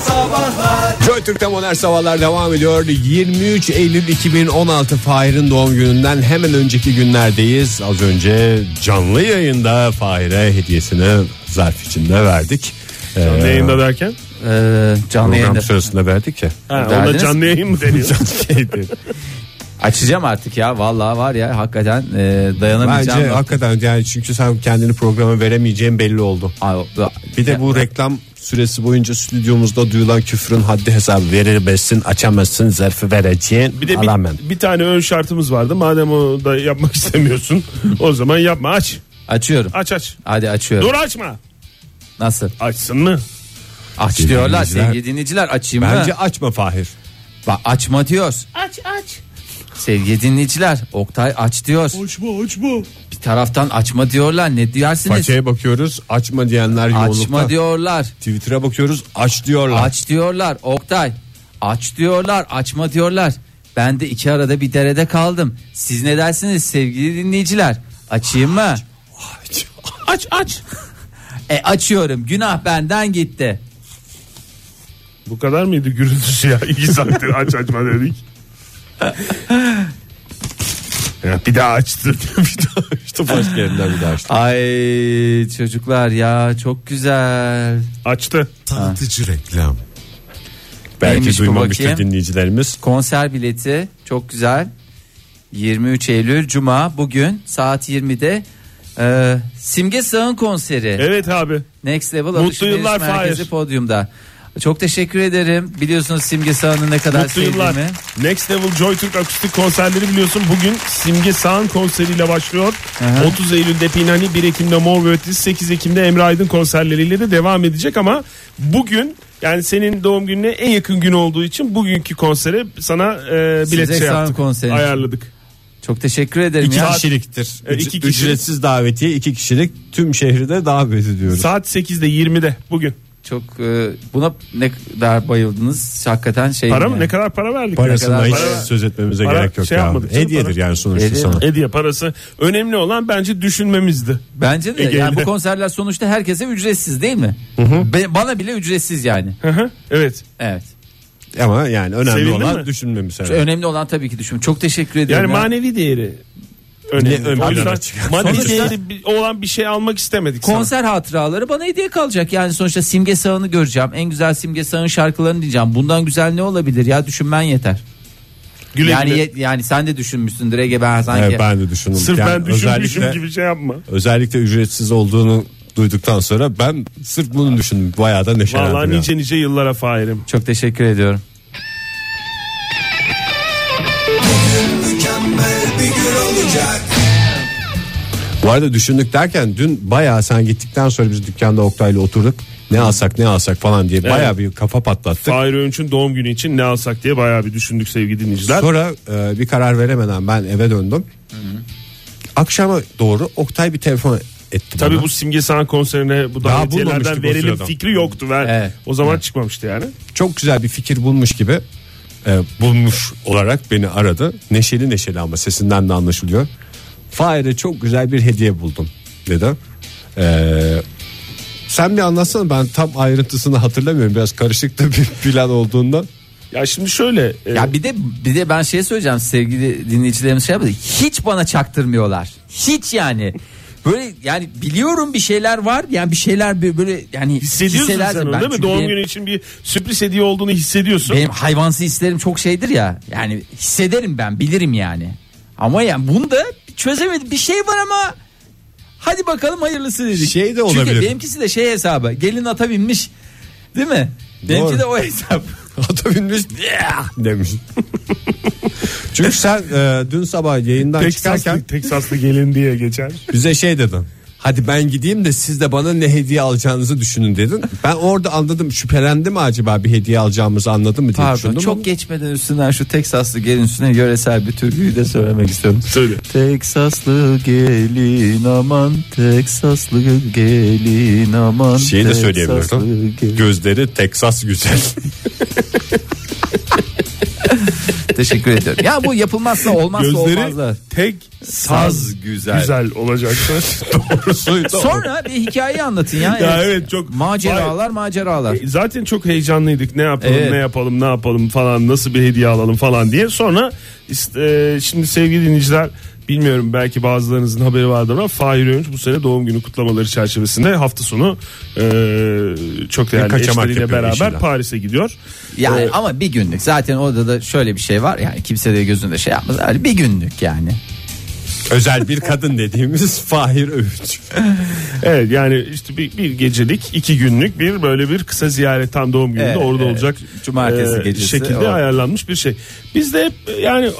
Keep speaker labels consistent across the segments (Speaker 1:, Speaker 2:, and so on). Speaker 1: Sabahlar Joy Türk'te Modern Sabahlar devam ediyor 23 Eylül 2016 Fahir'in doğum gününden hemen önceki günlerdeyiz Az önce canlı yayında Fahir'e hediyesini zarf içinde verdik
Speaker 2: Canlı yayında derken?
Speaker 3: Ee, canlı
Speaker 1: Program
Speaker 3: yayında.
Speaker 1: sırasında verdik ya şey
Speaker 2: Ha, ona
Speaker 3: Derdiniz?
Speaker 2: canlı yayın mı deniyor?
Speaker 1: Şeydi.
Speaker 3: Açacağım artık ya vallahi var ya hakikaten e,
Speaker 1: Bence
Speaker 3: dayanamayacağım.
Speaker 1: hakikaten yani çünkü sen kendini programa veremeyeceğin belli oldu
Speaker 3: Ay,
Speaker 1: Bir de bu reklam süresi boyunca stüdyomuzda duyulan küfrün haddi hesabı verirmesin açamazsın zarfı vereceğin
Speaker 2: Bir de bir, bir tane ön şartımız vardı. Madem o da yapmak istemiyorsun o zaman yapma aç.
Speaker 3: açıyorum.
Speaker 2: Aç aç.
Speaker 3: Hadi açıyorum.
Speaker 2: Dur açma.
Speaker 3: Nasıl?
Speaker 2: Açsın mı?
Speaker 3: Aç
Speaker 1: Sevgili
Speaker 3: diyorlar
Speaker 1: dinleyiciler.
Speaker 3: sevgili dinleyiciler açayım
Speaker 1: Bence
Speaker 3: mı?
Speaker 1: açma Fahir.
Speaker 3: Bak açma diyor. Aç aç. Sevgili dinleyiciler Oktay aç diyor.
Speaker 2: Açma açma.
Speaker 3: Bir taraftan açma diyorlar ne diyersiniz?
Speaker 1: Paçaya bakıyoruz açma diyenler yoğunlukta.
Speaker 3: açma diyorlar.
Speaker 1: Twitter'a bakıyoruz aç diyorlar.
Speaker 3: Aç diyorlar Oktay. Aç diyorlar açma diyorlar. Ben de iki arada bir derede kaldım. Siz ne dersiniz sevgili dinleyiciler? Açayım mı?
Speaker 1: Aç.
Speaker 2: Aç aç.
Speaker 3: E açıyorum günah benden gitti.
Speaker 2: Bu kadar mıydı gürültüsü ya? İki saattir aç açma dedik. Ya bir daha açtı. bir daha
Speaker 1: İşte başka yerinden bir daha açtı.
Speaker 3: Ay çocuklar ya çok güzel.
Speaker 2: açtı.
Speaker 4: Tanıtıcı reklam.
Speaker 1: Belki
Speaker 3: Neymiş bu
Speaker 1: duymamıştır
Speaker 3: bakayım?
Speaker 1: dinleyicilerimiz.
Speaker 3: Konser bileti çok güzel. 23 Eylül Cuma bugün saat 20'de e, Simge Sağ'ın konseri.
Speaker 2: Evet abi.
Speaker 3: Next Level
Speaker 2: Mutlu
Speaker 3: Alışveriş
Speaker 2: yıllar
Speaker 3: Merkezi
Speaker 2: Fahir.
Speaker 3: podyumda. Çok teşekkür ederim. Biliyorsunuz Simge Sağ'ın ne kadar
Speaker 2: Mutlu yıllar.
Speaker 3: sevdiğimi.
Speaker 2: Next Level Joy Türk akustik konserleri biliyorsun bugün Simge Sağan konseriyle başlıyor.
Speaker 3: Aha.
Speaker 2: 30 Eylül'de Pinhani, 1 Ekim'de Mor ve Ötesi, 8 Ekim'de Emre Aydın konserleriyle de devam edecek ama bugün yani senin doğum gününe en yakın gün olduğu için bugünkü konsere sana e, bilet
Speaker 3: Simge
Speaker 2: şey
Speaker 3: Sağan
Speaker 2: yaptık.
Speaker 3: konseri.
Speaker 2: Ayarladık.
Speaker 3: Çok teşekkür ederim
Speaker 1: İki
Speaker 3: ya.
Speaker 1: kişiliktir.
Speaker 2: E, iki
Speaker 1: Üc-
Speaker 2: kişilik.
Speaker 1: Ücretsiz davetiye iki kişilik tüm şehri de davet ediyoruz.
Speaker 2: Saat 8'de 20'de bugün.
Speaker 3: Çok e, buna ne kadar bayıldınız. Hakikaten şey.
Speaker 2: Para mı?
Speaker 3: yani.
Speaker 2: Ne kadar para verdik?
Speaker 1: Parasından
Speaker 3: kadar
Speaker 1: hiç
Speaker 2: para-
Speaker 1: söz etmemize
Speaker 2: para
Speaker 1: gerek yok
Speaker 2: şey
Speaker 1: ya.
Speaker 2: yapmadık canım,
Speaker 1: Hediyedir
Speaker 2: para.
Speaker 1: yani sonuçta
Speaker 3: Hediye.
Speaker 1: sana.
Speaker 2: Hediye parası. Önemli olan bence düşünmemizdi.
Speaker 3: Bence de
Speaker 2: Ege'yle.
Speaker 3: yani bu konserler sonuçta herkese ücretsiz değil mi? Be- bana bile ücretsiz yani.
Speaker 2: Hı hı, evet.
Speaker 3: Evet.
Speaker 1: Ama yani önemli
Speaker 2: Sevindin
Speaker 1: olan
Speaker 2: mi?
Speaker 1: düşünmemiz. herhalde.
Speaker 3: Önemli olan tabii ki düşün. Çok teşekkür ederim.
Speaker 2: Yani
Speaker 3: ya.
Speaker 2: manevi değeri
Speaker 1: Ne ön
Speaker 2: önemli. O
Speaker 1: plana
Speaker 2: yüzden
Speaker 1: çıkar?
Speaker 2: Maddi
Speaker 3: Sonuçta-
Speaker 2: değeri bi- olan bir şey almak istemedik. sana.
Speaker 3: Konser hatıraları bana hediye kalacak. Yani sonuçta Simge Sağ'ını göreceğim. En güzel Simge Sağ'ın şarkılarını diyeceğim. Bundan güzel ne olabilir ya? Düşünmen yeter.
Speaker 2: Güle
Speaker 3: yani
Speaker 2: güle.
Speaker 3: ye- yani sen de düşünmüşsündür Ege ben sanki.
Speaker 1: Evet, ben de düşündüm.
Speaker 2: Sırf
Speaker 1: Yani
Speaker 2: ben düşünmüşüm
Speaker 1: özellikle-
Speaker 2: gibi şey yapma.
Speaker 1: özellikle ücretsiz olduğunu duyduktan sonra ben sırf bunu düşündüm. Bayağı da neşelendim.
Speaker 2: Vallahi
Speaker 1: ya.
Speaker 2: nice nice yıllara fairim.
Speaker 3: Çok teşekkür ediyorum.
Speaker 4: Mükemmel bir gün olacak.
Speaker 1: Bu arada düşündük derken dün bayağı sen gittikten sonra biz dükkanda Oktay'la oturduk. Ne alsak ne alsak falan diye bayağı bir kafa patlattık.
Speaker 2: Fahir Öğünç'ün doğum günü için ne alsak diye bayağı bir düşündük sevgili dinleyiciler.
Speaker 1: Sonra e, bir karar veremeden ben eve döndüm. Akşama doğru Oktay bir telefon etti
Speaker 2: Tabii
Speaker 1: bana.
Speaker 2: bu Simge Sağan konserine bu
Speaker 1: Daha
Speaker 2: davetiyelerden
Speaker 1: bulmamıştık o
Speaker 2: verelim
Speaker 1: sırada.
Speaker 2: fikri yoktu. Ver.
Speaker 3: Evet.
Speaker 2: O zaman çıkmamıştı yani.
Speaker 1: Çok güzel bir fikir bulmuş gibi e, bulmuş olarak beni aradı. Neşeli neşeli ama sesinden de anlaşılıyor. Fahir'e çok güzel bir hediye buldum dedi. E, sen bir anlatsana ben tam ayrıntısını hatırlamıyorum. Biraz karışık da bir plan olduğundan.
Speaker 2: Ya şimdi şöyle. e,
Speaker 3: Ya bir de bir de ben şey söyleyeceğim sevgili dinleyicilerimiz şey yapmadı. Hiç bana çaktırmıyorlar. Hiç yani. Böyle yani biliyorum bir şeyler var. Yani bir şeyler böyle- böyle yani
Speaker 2: hissediyorsun
Speaker 3: hissederdim
Speaker 2: sen onu
Speaker 3: ben.
Speaker 2: değil mi?
Speaker 3: Çünkü
Speaker 2: Doğum
Speaker 3: benim-
Speaker 2: günü için bir sürpriz hediye olduğunu hissediyorsun.
Speaker 3: Benim hayvansı hislerim çok şeydir ya. Yani hissederim ben bilirim yani. Ama yani bunda çözemedim. Bir şey var ama hadi bakalım hayırlısı dedik.
Speaker 1: Şey de
Speaker 3: Çünkü
Speaker 1: olabilir.
Speaker 3: benimkisi de şey hesabı. Gelin ata binmiş. Değil mi? Benimki
Speaker 1: Doğru.
Speaker 3: de o hesap.
Speaker 1: Ata binmiş "Yeah!" demiş. Çünkü sen e, dün sabah yayından çıkarken
Speaker 2: Teksaslı, Teksaslı gelin diye geçer.
Speaker 1: bize şey dedin. Hadi ben gideyim de siz de bana ne hediye alacağınızı düşünün dedin. Ben orada anladım şüphelendi mi acaba bir hediye alacağımızı anladın mı diye
Speaker 3: Pardon
Speaker 1: düşündüm.
Speaker 3: çok
Speaker 1: ama-
Speaker 3: geçmeden üstünden şu Teksaslı gelin üstüne yöresel bir türküyü de söylemek istiyorum.
Speaker 2: Söyle.
Speaker 3: Teksaslı gelin aman Teksaslı gelin aman
Speaker 1: Şeyi de
Speaker 3: Teksaslı
Speaker 1: söyleyebilirdim.
Speaker 3: gelin.
Speaker 1: Gözleri Teksas güzel.
Speaker 3: Teşekkür ediyorum. Ya bu yapılmazsa olmazsa
Speaker 2: Gözleri
Speaker 3: olmazlar.
Speaker 2: tek
Speaker 3: Saz güzel.
Speaker 2: Güzel olacaktır. Doğrusu.
Speaker 3: Sonra bir hikayeyi anlatın ya.
Speaker 2: Ya evet, çok-
Speaker 3: maceralar maceralar.
Speaker 2: Zaten çok heyecanlıydık. Ne yapalım,
Speaker 3: Evet.
Speaker 2: ne yapalım, ne yapalım falan, nasıl bir hediye alalım falan diye. Sonra işte, e, şimdi sevgili dinleyiciler bilmiyorum belki bazılarınızın haberi vardır ama Fahir Öğünç bu sene doğum günü kutlamaları çerçevesinde hafta sonu e, çok değerli
Speaker 1: kaçamak
Speaker 2: eşleriyle
Speaker 1: yapıyor
Speaker 2: beraber
Speaker 1: eşiyle.
Speaker 2: Paris'e gidiyor. E,
Speaker 3: Yani
Speaker 2: Evet.
Speaker 3: ama bir günlük. Zaten orada da şöyle bir şey var. Yani kimse de gözünde şey yapmaz. Öyle bir günlük yani.
Speaker 1: Özel bir kadın dediğimiz Fahir Öğünç.
Speaker 2: Evet yani işte bir, bir gecelik iki günlük bir böyle bir kısa ziyaret tam doğum gününde
Speaker 3: Evet,
Speaker 2: orada
Speaker 3: evet.
Speaker 2: olacak e,
Speaker 3: Cumartesi gecesi
Speaker 2: şekilde
Speaker 3: o.
Speaker 2: ayarlanmış bir şey. Biz de hep yani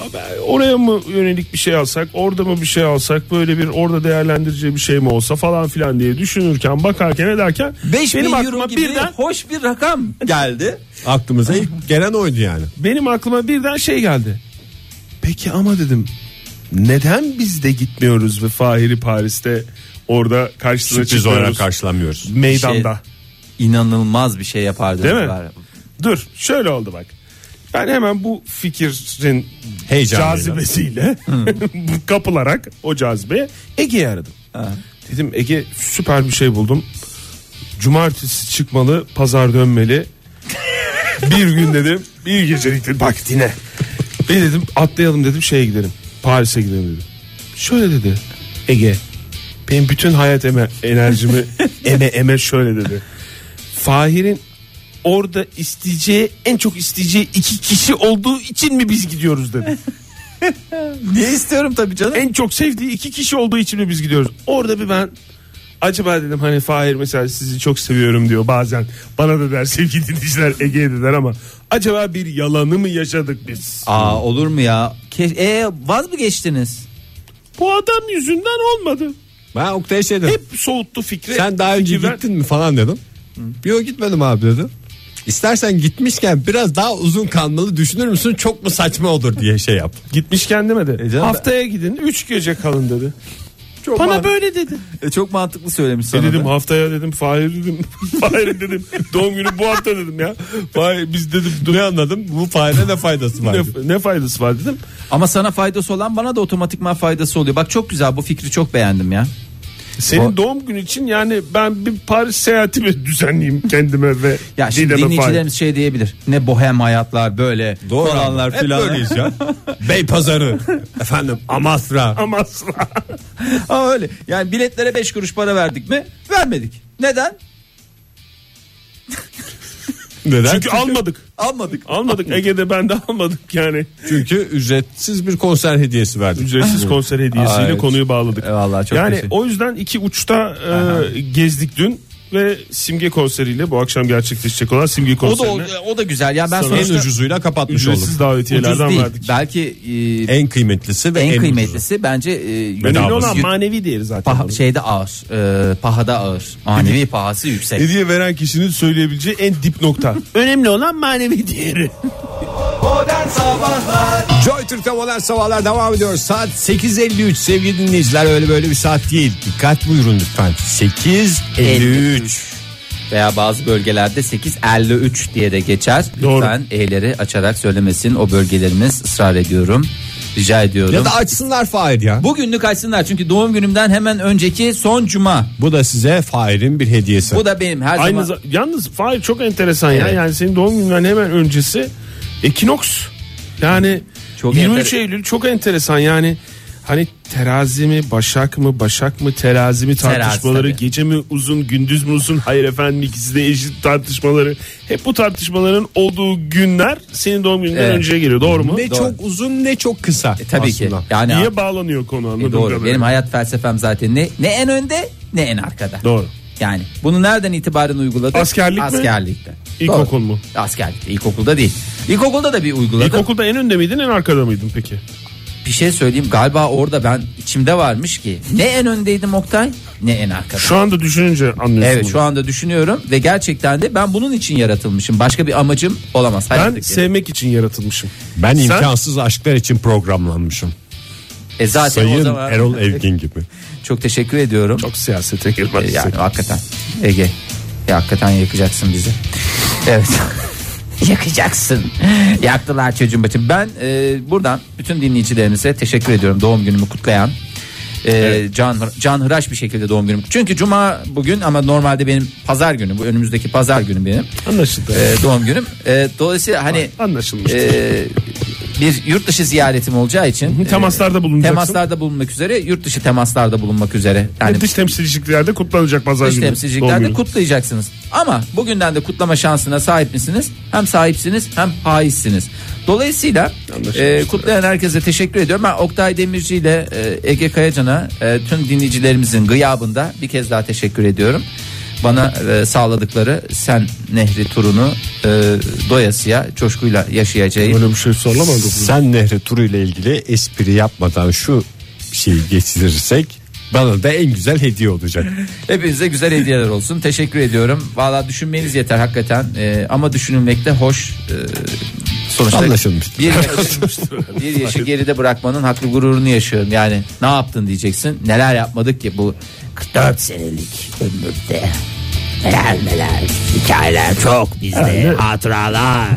Speaker 2: oraya mı yönelik bir şey alsak orada mı bir şey alsak böyle bir orada değerlendireceği bir şey mi olsa falan filan diye düşünürken bakarken ederken
Speaker 3: 5 bin
Speaker 2: benim
Speaker 3: euro
Speaker 2: aklıma
Speaker 3: gibi
Speaker 2: birden
Speaker 3: hoş bir rakam geldi.
Speaker 1: Aklımıza ilk gelen oydu yani.
Speaker 2: benim aklıma birden şey geldi. Peki ama dedim neden biz de gitmiyoruz ve Fahir'i Paris'te orada karşısına
Speaker 1: Sürpriz olarak
Speaker 2: çıkıyoruz
Speaker 1: karşılamıyoruz.
Speaker 2: meydanda.
Speaker 3: şey- İnanılmaz bir şey yapardı.
Speaker 2: Değil mi? Dur şöyle oldu bak. Ben hemen bu fikrin
Speaker 1: Heyecanıyla.
Speaker 2: cazibesiyle kapılarak o cazibeye Ege'yi aradım. Dedim Ege süper bir şey buldum. Cumartesi çıkmalı, pazar dönmeli. bir gün dedim, bir gecelik dedim. Bak dine. Ve dedim atlayalım dedim şeye gidelim. Paris'e gidelim dedim. Şöyle dedi Ege. Benim bütün hayat eme, enerjimi eme eme şöyle dedi. Fahir'in orada isteyeceği en çok isteyeceği iki kişi olduğu için mi biz gidiyoruz dedi.
Speaker 3: Ne istiyorum tabii canım.
Speaker 2: en çok sevdiği iki kişi olduğu için mi biz gidiyoruz. Orada bir ben acaba dedim hani Fahir mesela sizi çok seviyorum diyor bazen. Bana da der sevgili dinleyiciler Ege'ye de der ama acaba bir yalanı mı yaşadık biz?
Speaker 3: Aa olur mu ya? Ke- e, vaz mı geçtiniz?
Speaker 2: Bu adam yüzünden olmadı.
Speaker 1: Ben Oktay'a şey dedim.
Speaker 2: Hep soğuttu fikri.
Speaker 1: Sen daha önce
Speaker 2: Fikri ver-
Speaker 1: gittin mi falan dedim. Yok gitmedim abi dedi. İstersen gitmişken biraz daha uzun kalmalı düşünür müsün? Çok mu saçma olur diye şey yap.
Speaker 2: Gitmişken demedi.
Speaker 3: E canım-
Speaker 2: Haftaya gidin 3 gece kalın dedi.
Speaker 3: Çok
Speaker 2: Bana
Speaker 3: mantıklı-
Speaker 2: böyle dedi.
Speaker 3: E, çok mantıklı söylemiş sana.
Speaker 2: E dedim
Speaker 3: da.
Speaker 2: haftaya dedim Fahir dedim. Fahir dedim. Doğum günü bu hafta dedim ya. Fahir biz dedim dur.
Speaker 1: Ne anladım? Bu fayda ne faydası var?
Speaker 2: Ne, ne faydası var dedim.
Speaker 3: Ama sana faydası olan bana da otomatikman faydası oluyor. Bak çok güzel bu fikri çok beğendim ya.
Speaker 2: Senin
Speaker 3: O-
Speaker 2: doğum günü için yani ben bir Paris seyahatimi düzenleyeyim kendime ve
Speaker 3: Ya şimdi
Speaker 2: Didem'e Fahir.
Speaker 3: dinleyicilerimiz şey diyebilir. Ne bohem hayatlar böyle
Speaker 1: Doğru
Speaker 3: falanlar
Speaker 1: anlar
Speaker 3: filanlar.
Speaker 1: ya. Bey pazarı. Efendim Amasra.
Speaker 2: Ama asla.
Speaker 3: Aa, öyle. Yani biletlere 5 kuruş para verdik mi? Vermedik. Neden?
Speaker 1: Neden?
Speaker 2: Çünkü almadık.
Speaker 3: Almadık.
Speaker 2: Almadık. Ege'de ben de almadık yani.
Speaker 1: Çünkü ücretsiz bir konser hediyesi verdik.
Speaker 2: Ücretsiz konser hediyesiyle
Speaker 3: Ay,
Speaker 2: konuyu bağladık.
Speaker 3: e, vallahi çok
Speaker 2: yani
Speaker 3: teşekkür-
Speaker 2: o yüzden iki uçta e, gezdik dün ve Simge konseriyle bu akşam gerçekleşecek olan Simge
Speaker 3: O da
Speaker 2: konserine
Speaker 3: o, o da güzel. Ya ben
Speaker 2: Sana-
Speaker 1: En
Speaker 3: sonuçta
Speaker 1: ucuzuyla kapatmış olduk.
Speaker 2: ücretsiz
Speaker 3: ucuz
Speaker 2: davetiyelerden
Speaker 3: değil.
Speaker 2: verdik.
Speaker 3: Belki e,
Speaker 1: En kıymetlisi ve en,
Speaker 3: en,
Speaker 1: ucuzu.
Speaker 3: kıymetlisi bence e,
Speaker 2: Önemli
Speaker 1: Bedavası.
Speaker 2: olan
Speaker 3: Yut-
Speaker 2: manevi değeri zaten.
Speaker 3: paha- şey-
Speaker 2: bunun.
Speaker 3: şeyde ağır. e, pahada ağır. Manevi pahası yüksek.
Speaker 2: Hediye veren kişinin söyleyebileceği en dip nokta. Önemli olan manevi değeri.
Speaker 1: Joy Türk'te modern sabahlar devam ediyor. Saat 8.53 sevgili dinleyiciler öyle böyle bir saat değil. Dikkat buyurun lütfen. 8.53.
Speaker 3: Veya bazı bölgelerde 8.53 diye de geçer.
Speaker 2: Doğru.
Speaker 3: Lütfen E'leri açarak söylemesin o bölgelerimiz ısrar ediyorum. Rica ediyorum.
Speaker 1: Ya da açsınlar Fahir ya. Bu,
Speaker 3: Bugünlük açsınlar çünkü doğum günümden hemen önceki son cuma.
Speaker 1: bu da size Fahir'in bir hediyesi.
Speaker 3: Bu da benim her
Speaker 2: Aynı
Speaker 3: zaman.
Speaker 2: za- yalnız Fahir çok enteresan ya.
Speaker 3: Evet.
Speaker 2: Yani senin doğum gününden hemen öncesi Ekinoks. Yani
Speaker 3: Çok
Speaker 2: 23
Speaker 3: enter-
Speaker 2: Eylül çok enteresan yani. Hani terazi mi başak mı başak mı terazi mi
Speaker 3: Terazi
Speaker 2: tartışmaları
Speaker 3: tabii.
Speaker 2: gece mi uzun gündüz mü uzun hayır efendim ikisi de eşit tartışmaları hep bu tartışmaların olduğu günler senin doğum gününden
Speaker 3: Evet.
Speaker 2: önceye geliyor doğru mu?
Speaker 1: ne
Speaker 3: Doğru.
Speaker 1: çok uzun ne çok kısa.
Speaker 3: E, tabii
Speaker 1: aslında.
Speaker 3: ki. Yani
Speaker 2: Niye bağlanıyor konu anladığım
Speaker 3: E, doğru.
Speaker 2: kadarıyla.
Speaker 3: Benim hayat felsefem zaten ne ne en önde ne en arkada.
Speaker 2: Doğru.
Speaker 3: Yani bunu nereden itibaren uyguladık?
Speaker 2: Askerlik mi?
Speaker 3: Askerlikte.
Speaker 2: İlkokul
Speaker 3: Doğru.
Speaker 2: mu?
Speaker 3: Askerlikte. İlkokulda değil. İlkokulda da bir uyguladık.
Speaker 2: İlkokulda en önde miydin en arkada mıydın peki?
Speaker 3: Bir şey söyleyeyim galiba orada ben içimde varmış ki ne en öndeydim Oktay ne en arkada.
Speaker 2: Şu anda düşününce anlıyorsun.
Speaker 3: Evet
Speaker 2: bunu.
Speaker 3: şu anda düşünüyorum ve gerçekten de ben bunun için yaratılmışım. Başka bir amacım olamaz.
Speaker 2: Ben
Speaker 3: Hayattaki.
Speaker 2: sevmek için yaratılmışım.
Speaker 1: Ben
Speaker 2: Sen-
Speaker 1: imkansız aşklar için programlanmışım.
Speaker 3: E zaten o
Speaker 1: Sayın
Speaker 3: zaman
Speaker 1: Erol Evgin gibi.
Speaker 3: çok teşekkür ediyorum.
Speaker 2: Çok siyasete
Speaker 3: E,
Speaker 2: girmez.
Speaker 3: yani hakikaten Ege. Ya, hakikaten yakacaksın bizi. Evet. Yakacaksın. Yaktılar çocuğun başını. Ben e, buradan bütün dinleyicilerimize teşekkür ediyorum doğum günümü kutlayan. E, can canhıraş bir şekilde doğum günüm. Çünkü cuma bugün ama normalde benim pazar günü bu önümüzdeki pazar günü benim
Speaker 2: Anlaşıldı.
Speaker 3: e, doğum günüm. E, dolayısıyla hani
Speaker 2: Anlaşılmıştır.
Speaker 3: e, bir yurt dışı ziyaretim olacağı için
Speaker 2: Temaslarda
Speaker 3: e,
Speaker 2: bulunacaksın.
Speaker 3: temaslarda bulunmak üzere yurt dışı temaslarda bulunmak üzere. Yani
Speaker 2: Dış temsilciliklerde kutlanacak pazar
Speaker 3: dış
Speaker 2: günü. Doğum
Speaker 3: temsilciliklerde
Speaker 2: günü.
Speaker 3: kutlayacaksınız. Ama bugünden de kutlama şansına sahip misiniz? Hem sahipsiniz hem haizsiniz. Dolayısıyla e, kutlayan herkese teşekkür ediyorum. Ben Oktay Demirci ile e, Ege Kayacan'a e, tüm dinleyicilerimizin gıyabında bir kez daha teşekkür ediyorum. Bana e, sağladıkları sen nehri turunu e, doyasıya coşkuyla yaşayacağım.
Speaker 2: Öyle bir şey sorulamadı.
Speaker 1: Sen Nehri Turu ile ilgili espri yapmadan şu şeyi geçirirsek bana da en güzel hediye olacak.
Speaker 3: Hepinize güzel hediyeler olsun. Teşekkür ediyorum. Valla düşünmeniz yeter hakikaten. Ee, ama düşünülmek de hoş. Ee, sonuçta
Speaker 1: Anlaşılmıştır.
Speaker 3: Bir yaşı, bir yaşı geride bırakmanın haklı gururunu yaşıyorum. Yani ne yaptın diyeceksin. Neler yapmadık ki bu 44 senelik ömürde. Neler neler hikayeler çok bizde hatıralar.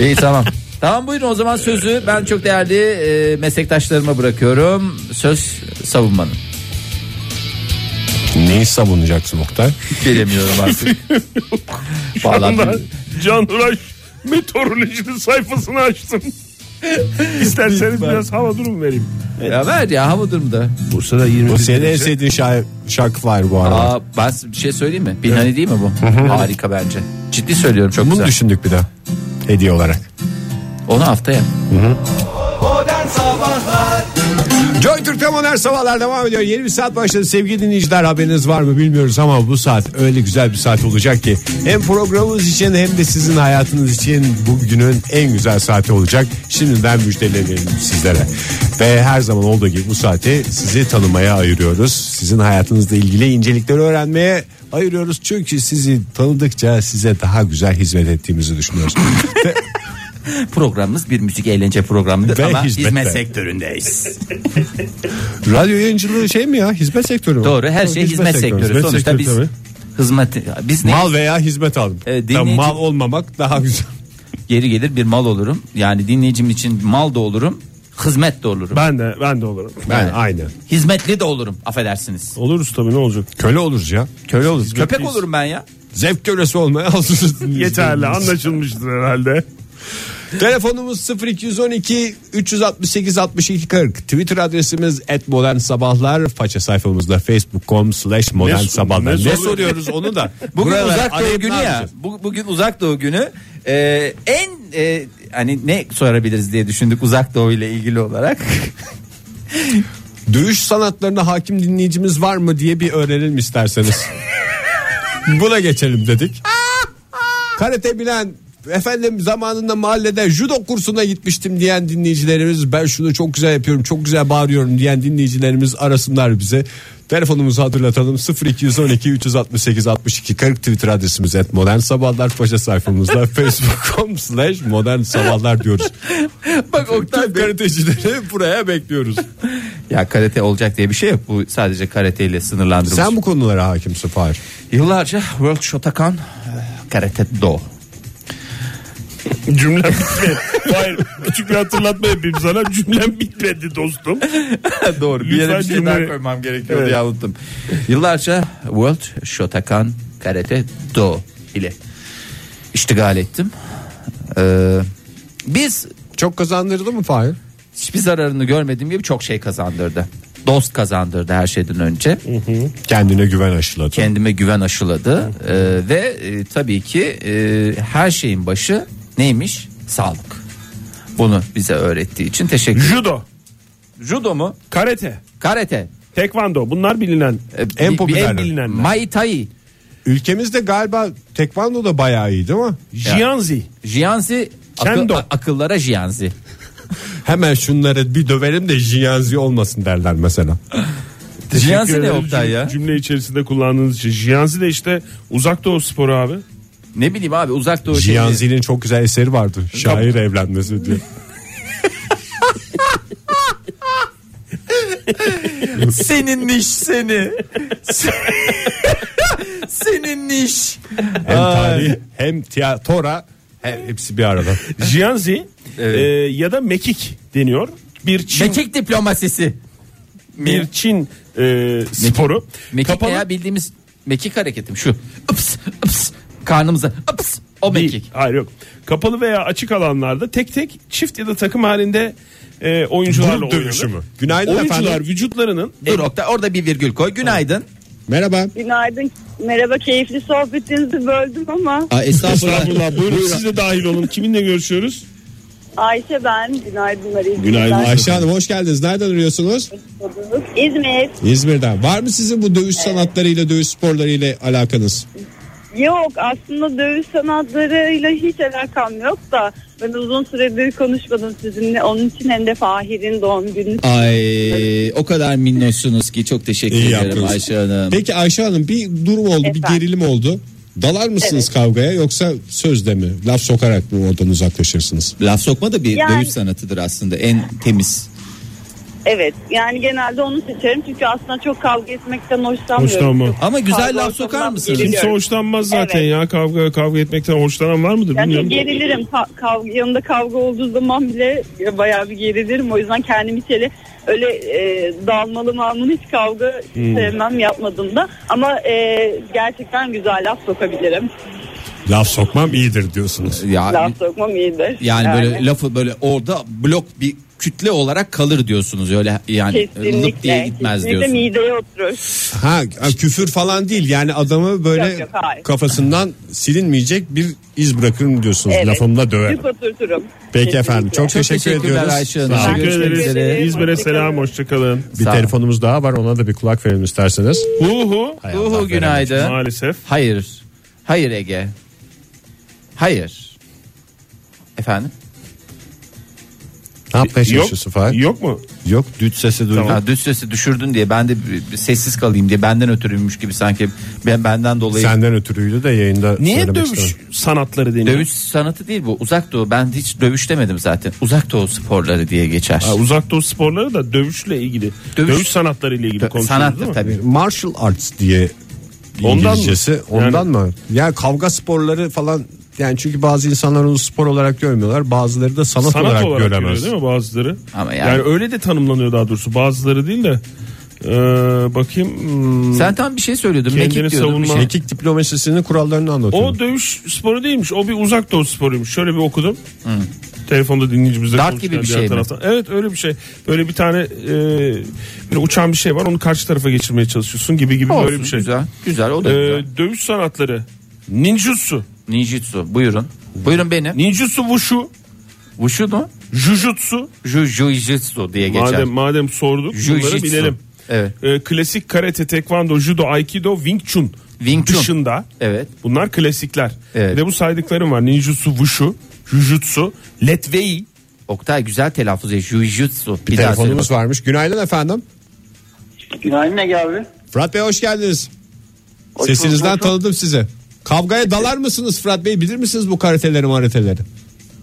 Speaker 3: İyi tamam. Tamam buyurun o zaman sözü ben çok değerli e, meslektaşlarıma bırakıyorum. Söz savunmanın.
Speaker 1: Neyi savunacaksın Oktay?
Speaker 3: Bilemiyorum artık. Vallahi
Speaker 2: Anda
Speaker 3: bil-
Speaker 2: Can Uraş meteorolojinin sayfasını açtım. İsterseniz biraz hava durumu vereyim.
Speaker 3: ya ver ya hava durumda.
Speaker 2: Bursa'da 20
Speaker 1: Bu senin en sevdiğin şa- şarkı var bu arada.
Speaker 3: Aa, ben size bir şey söyleyeyim mi? Binali değil mi bu? Harika bence. Ciddi söylüyorum çok
Speaker 1: Bunu
Speaker 3: güzel.
Speaker 1: düşündük bir de hediye olarak.
Speaker 3: Onu haftaya.
Speaker 1: Joy Türk'te modern sabahlar devam ediyor. Yeni bir saat başladı. Sevgili dinleyiciler haberiniz var mı bilmiyoruz ama bu saat öyle güzel bir saat olacak ki. Hem programımız için hem de sizin hayatınız için bugünün en güzel saati olacak. Şimdiden müjdelenelim sizlere. Ve her zaman olduğu gibi bu saati sizi tanımaya ayırıyoruz. Sizin hayatınızla ilgili incelikleri öğrenmeye ayırıyoruz. Çünkü sizi tanıdıkça size daha güzel hizmet ettiğimizi düşünüyoruz.
Speaker 3: Programımız bir müzik eğlence programıdır
Speaker 1: Ve
Speaker 3: ama
Speaker 1: hizmette.
Speaker 3: hizmet sektöründeyiz.
Speaker 1: Radyo yayıncılığı şey mi ya? Hizmet sektörü mü?
Speaker 3: Doğru her şey hizmet sektörü.
Speaker 1: Hizmet sektörü
Speaker 3: Sonuçta biz
Speaker 1: tabii.
Speaker 3: hizmet biz ne?
Speaker 1: Mal veya hizmet aldım.
Speaker 3: Evet,
Speaker 1: Tam
Speaker 3: dinleyici-
Speaker 1: mal olmamak daha güzel.
Speaker 3: Geri gelir bir mal olurum. Yani dinleyicim için mal da olurum, hizmet de olurum.
Speaker 2: Ben de ben de olurum.
Speaker 1: Ben aynı.
Speaker 3: Hizmetli de olurum affedersiniz.
Speaker 2: Oluruz tabii ne olacak?
Speaker 1: Köle oluruz ya. Köle oluruz.
Speaker 3: Köpek olurum ben ya.
Speaker 1: Zevk kölesi olmaya hazırız.
Speaker 2: Yeterli anlaşılmıştır herhalde.
Speaker 1: Telefonumuz 0212 368 62 40. Twitter adresimiz @modernsabahlar. Faça sayfamızda facebook.com slash modern
Speaker 2: Ne-
Speaker 1: sabahlar.
Speaker 2: ne
Speaker 1: Ne,
Speaker 2: soruyor-
Speaker 1: soruyoruz onu da.
Speaker 3: Bugün
Speaker 1: Buralara
Speaker 3: uzak doğu
Speaker 1: arayıp
Speaker 3: günü
Speaker 1: ne
Speaker 3: ya.
Speaker 1: yapacağız?
Speaker 3: Bu, bugün uzak doğu günü. Ee, en e, hani ne sorabiliriz diye düşündük uzak doğu ile ilgili olarak.
Speaker 1: Dövüş sanatlarına hakim dinleyicimiz var mı diye bir öğrenelim isterseniz. Buna geçelim dedik. Karate bilen efendim zamanında mahallede judo kursuna gitmiştim diyen dinleyicilerimiz ben şunu çok güzel yapıyorum çok güzel bağırıyorum diyen dinleyicilerimiz arasınlar bize. Telefonumuzu hatırlatalım 0212 368 62 40 Twitter adresimiz et modern sabahlar paşa sayfamızda facebook.com slash modern sabahlar diyoruz.
Speaker 3: Bak Oktay
Speaker 1: Tüm
Speaker 3: Bey.
Speaker 1: karatecileri buraya bekliyoruz.
Speaker 3: Ya karate olacak diye bir şey yok. Bu sadece karate ile sınırlandırılmış.
Speaker 1: Sen bu konulara hakimsin Fahir.
Speaker 3: Yıllarca World Shotokan e, Karate Do.
Speaker 2: Cümlem bitmedi. Hayır küçük bir hatırlatma yapayım sana. Cümlem bitmedi dostum.
Speaker 3: Doğru. Bir
Speaker 2: Lütfen
Speaker 3: yere bir şey daha
Speaker 2: cümleyi-
Speaker 3: koymam gerekiyordu
Speaker 2: Evet.
Speaker 3: ya unuttum. Yıllarca World Shotokan Karate Do ile iştigal ettim. Ee, biz
Speaker 1: Çok kazandırdı mı Fahir?
Speaker 3: hiçbir zararını görmediğim gibi çok şey kazandırdı. Dost kazandırdı her şeyden önce.
Speaker 1: Kendine güven aşıladı.
Speaker 3: Kendime güven aşıladı. Ee, ve e, tabii ki e, her şeyin başı neymiş? Sağlık. Bunu bize öğrettiği için teşekkür ederim.
Speaker 2: Judo,
Speaker 3: Judo mu?
Speaker 2: karate,
Speaker 3: Karate.
Speaker 2: tekvando bunlar bilinen.
Speaker 3: Ee,
Speaker 1: En
Speaker 3: bi- bi-
Speaker 1: popülerler.
Speaker 2: En bilinenler.
Speaker 3: Muay Thai.
Speaker 1: Ülkemizde galiba tekvando da bayağı iyi değil mi?
Speaker 2: Jianzi.
Speaker 3: Jianzi. akı-
Speaker 2: Kendo.
Speaker 3: a- akıllara Jianzi.
Speaker 1: Hemen şunları bir dövelim de jiyanzi olmasın derler mesela.
Speaker 3: Jianzi
Speaker 2: Teşekkür
Speaker 3: ne
Speaker 2: ederim
Speaker 3: Oktay
Speaker 2: cüm-
Speaker 3: ya?
Speaker 2: Cümle içerisinde kullandığınız için. Jianzi de işte uzak doğu sporu abi.
Speaker 3: Ne bileyim abi uzak doğu şeyi-
Speaker 1: Jiyanzi'nin çok güzel eseri vardı. Şair evlenmesi diye.
Speaker 3: Seninmiş seni. Senin niş.
Speaker 1: Hem tarih hem tiyatora hem hepsi bir arada.
Speaker 2: Jianzi
Speaker 3: Evet.
Speaker 2: e, ya da mekik deniyor. Bir Çin,
Speaker 3: Mekik diplomasisi.
Speaker 2: bir Çin e, sporu.
Speaker 3: Mekik
Speaker 2: Kapalı-
Speaker 3: veya bildiğimiz mekik hareketim şu. Ips ips karnımıza ips o
Speaker 2: Değil.
Speaker 3: mekik.
Speaker 2: Hayır yok. Kapalı veya açık alanlarda tek tek çift ya da takım halinde e, oyuncularla
Speaker 1: Grup
Speaker 2: oynanır.
Speaker 1: dövüşü mü? Günaydın
Speaker 2: Oyuncular
Speaker 1: efendim.
Speaker 2: vücutlarının
Speaker 3: Dur Oktay orada bir virgül koy. Günaydın.
Speaker 1: Merhaba.
Speaker 5: Günaydın. Merhaba keyifli sohbetinizi böldüm ama
Speaker 6: Aa, estağfurullah.
Speaker 2: Estağfurullah buyurun siz de dahil olun. Kiminle görüşüyoruz?
Speaker 5: Ayşe ben. Günaydınlar. iyi
Speaker 2: Günaydın
Speaker 5: günler.
Speaker 6: Ayşe Hanım hoş geldiniz. Nereden arıyorsunuz?
Speaker 5: İzmir.
Speaker 6: İzmir'den. Var mı sizin bu dövüş sanatlarıyla, dövüş sporlarıyla alakanız?
Speaker 5: Yok aslında dövüş sanatlarıyla hiç alakam yok da ben uzun süredir konuşmadım sizinle. Onun için hem de Fahir'in doğum günü.
Speaker 3: Ah.
Speaker 6: Ay
Speaker 5: o
Speaker 6: kadar minnoşsunuz ki çok teşekkür
Speaker 1: İyi ederim yaptınız.
Speaker 6: Ayşe Hanım. Peki Ayşe Hanım bir durum oldu, bir
Speaker 5: Efendim?
Speaker 6: gerilim oldu. Dalar mısınız kavgaya yoksa sözle mi? Laf sokarak mı oradan uzaklaşırsınız?
Speaker 7: Laf sokma da bir
Speaker 5: Yani-
Speaker 7: dövüş sanatıdır aslında en temiz.
Speaker 5: Evet yani genelde onu seçerim çünkü aslında çok kavga etmekten hoşlanmıyorum.
Speaker 2: Hoşlanma.
Speaker 5: Çok
Speaker 7: Ama güzel
Speaker 5: kavga
Speaker 7: laf sokar
Speaker 5: ortamından
Speaker 7: mısınız?
Speaker 5: geriliyorum.
Speaker 2: Kimse hoşlanmaz zaten
Speaker 5: Evet.
Speaker 2: ya kavga kavga etmekten hoşlanan var mıdır
Speaker 5: Yani çok
Speaker 2: bilmiyorum.
Speaker 5: gerilirim. Ka- kavga, yanında kavga olduğu zaman bile bayağı bir gerilirim. O yüzden kendimi içeri öyle e, dalmalı malmalı hiç kavga
Speaker 7: Hmm.
Speaker 5: sevmem yapmadım da. Ama e, gerçekten güzel laf sokabilirim.
Speaker 1: Laf sokmam iyidir diyorsunuz.
Speaker 7: Ya
Speaker 5: Laf sokmam iyidir.
Speaker 7: yani böyle lafı böyle orada blok bir kütle olarak kalır diyorsunuz öyle yani lıp diye
Speaker 5: Kesinlikle.
Speaker 7: gitmez
Speaker 5: Kesinlikle
Speaker 7: diyorsunuz.
Speaker 5: mideye oturur.
Speaker 1: Ha küfür falan değil yani adamı böyle
Speaker 5: Yok, yok, hayır.
Speaker 1: kafasından silinmeyecek bir iz bırakırım diyorsunuz.
Speaker 5: Evet.
Speaker 1: Lafımla döverim.
Speaker 5: Yük oturturum.
Speaker 1: Peki efendim çok,
Speaker 5: Kesinlikle.
Speaker 1: teşekkür,
Speaker 3: teşekkürler
Speaker 1: ediyoruz.
Speaker 3: Ayşe Hanım.
Speaker 1: Sağ olun.
Speaker 2: Teşekkür
Speaker 3: Görüşmek
Speaker 2: ederiz.
Speaker 5: üzere.
Speaker 2: İzmir'e
Speaker 5: Hoşça kalın.
Speaker 2: selam hoşçakalın.
Speaker 1: Bir
Speaker 3: Sağ olun.
Speaker 1: telefonumuz daha var ona da bir kulak verelim isterseniz.
Speaker 2: Uhu.
Speaker 1: Hay Allah,
Speaker 3: Uhu
Speaker 1: veremedim.
Speaker 3: günaydın.
Speaker 2: Maalesef.
Speaker 3: Hayır. Hayır Ege. Hayır. Efendim?
Speaker 1: Ne yapmaya
Speaker 2: Yok,
Speaker 1: çalışıyorsun Fahir?
Speaker 2: yok mu?
Speaker 1: Yok düt sesi duydum.
Speaker 3: Ha, düz sesi düşürdün diye ben de bir- bir sessiz kalayım diye benden ötürüymüş gibi sanki ben benden dolayı
Speaker 1: Senden ötürüydü de yayında
Speaker 2: Niye
Speaker 1: söylemek
Speaker 2: dövüş
Speaker 1: istemedim.
Speaker 2: sanatları deniyor?
Speaker 3: dövüş sanatı değil bu uzak doğu ben hiç dövüş demedim zaten uzak doğu sporları diye geçer.
Speaker 2: Ha, uzak doğu sporları da dövüşle ilgili. Dövüş,
Speaker 3: Dövüş-
Speaker 2: sanatları ile ilgili konuşuyoruz değil mi?
Speaker 3: Sanattır tabii.
Speaker 1: Hani Martial arts diye
Speaker 2: Ondan mı?
Speaker 1: İngilizcesi. Ondan
Speaker 2: Yani-
Speaker 1: mı? Yani kavga sporları falan yani çünkü bazı insanlar onu spor olarak görmüyorlar. Bazıları da sanat,
Speaker 2: Sanat
Speaker 1: olarak,
Speaker 2: olarak,
Speaker 1: göremez.
Speaker 2: görüyor değil mi bazıları?
Speaker 3: Ama
Speaker 2: yani...
Speaker 3: yani-
Speaker 2: öyle de tanımlanıyor daha doğrusu bazıları değil de. Ee, bakayım. hmm,
Speaker 3: Sen tam bir şey söylüyordun.
Speaker 2: Kendini
Speaker 3: Mekik diyordun. bir
Speaker 2: savunma-
Speaker 3: şey.
Speaker 1: Mekik diplomasisinin kurallarını anlatıyor.
Speaker 2: O dövüş sporu değilmiş. O bir uzak doğu sporuymuş. Şöyle bir okudum. Telefonda dinleyicimizle
Speaker 3: Dart
Speaker 2: konuşurken
Speaker 3: gibi bir
Speaker 2: diğer
Speaker 3: şey mi?
Speaker 2: taraftan. Evet öyle bir şey. Böyle bir tane e, böyle uçan bir şey var. Onu karşı tarafa geçirmeye çalışıyorsun gibi gibi
Speaker 3: Olsun,
Speaker 2: böyle bir şey.
Speaker 3: Güzel. Güzel o da
Speaker 2: Ee,
Speaker 3: güzel.
Speaker 2: dövüş sanatları. Ninjutsu.
Speaker 3: Ninjutsu buyurun. Buyurun benim.
Speaker 2: Ninjutsu wushu.
Speaker 3: Wushu mu?
Speaker 2: Jujutsu.
Speaker 3: Ju- Jujutsu diye E, geçer.
Speaker 2: Madem madem sorduk bunları
Speaker 3: Jiu-jitsu.
Speaker 2: bilelim.
Speaker 3: Evet.
Speaker 2: Ee, klasik karate, tekvando, judo, aikido, wing chun.
Speaker 3: Wing Chun.
Speaker 2: Dışında.
Speaker 3: Evet.
Speaker 2: Bunlar klasikler.
Speaker 3: Evet.
Speaker 2: Bir de bu saydıklarım var. Ninjutsu, wushu, jujutsu, letvei.
Speaker 3: Oktay güzel telaffuz ediyor. Jujutsu.
Speaker 1: bir
Speaker 3: daha söyle
Speaker 1: telefonumuz varmış. Günaydın efendim.
Speaker 8: Günaydın Ege abi.
Speaker 1: Fırat Bey hoş geldiniz.
Speaker 8: Hoş
Speaker 1: Sesinizden
Speaker 8: bulduk.
Speaker 1: tanıdım sizi. Kavgaya dalar mısınız Fırat Bey? Bilir misiniz bu karateleri marateleri?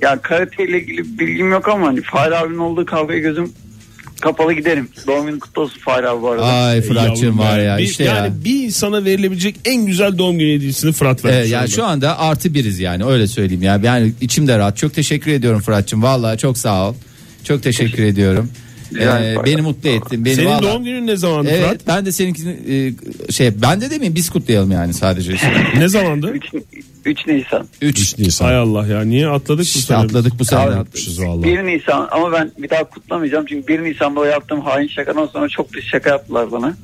Speaker 8: Ya karate ile ilgili bilgim yok ama hani Fahri abinin olduğu kavgaya gözüm kapalı giderim. Doğum günün kutlu olsun Fahri abi bu arada.
Speaker 7: Ay
Speaker 2: Yavrum
Speaker 7: Fırat'cığım E, var
Speaker 2: benim.
Speaker 7: ya
Speaker 2: Bir-
Speaker 7: işte
Speaker 2: yani
Speaker 7: ya.
Speaker 2: bir insana verilebilecek en güzel doğum günü hediyesini Fırat vermiş.
Speaker 7: Evet, yani
Speaker 2: oldu.
Speaker 7: Ee, şu anda artı biriz yani öyle söyleyeyim ya. Yani içimde rahat. Çok teşekkür ediyorum Fırat'cığım. Vallahi çok sağ ol. Çok teşekkür ediyorum.
Speaker 8: Güzel
Speaker 7: Ee,
Speaker 8: bayram.
Speaker 7: beni mutlu ettin. Beni
Speaker 2: Senin
Speaker 7: vallahi-
Speaker 2: doğum günün ne zamandı
Speaker 7: Evet
Speaker 2: Fırat?
Speaker 7: ben de seninkini e, şey ben de demeyeyim biz kutlayalım yani sadece.
Speaker 2: Ne zamandı?
Speaker 8: 3, 3 Nisan.
Speaker 7: 3
Speaker 2: Hay
Speaker 1: Nisan.
Speaker 2: Allah ya niye atladık bu
Speaker 7: işte
Speaker 2: sene?
Speaker 7: atladık bu sene
Speaker 8: Abi,
Speaker 7: atmışız vallahi.
Speaker 8: 1 Nisan ama ben bir daha kutlamayacağım. Çünkü 1 Nisan'da o yaptığım hain şakadan sonra çok pis şaka yaptılar bana.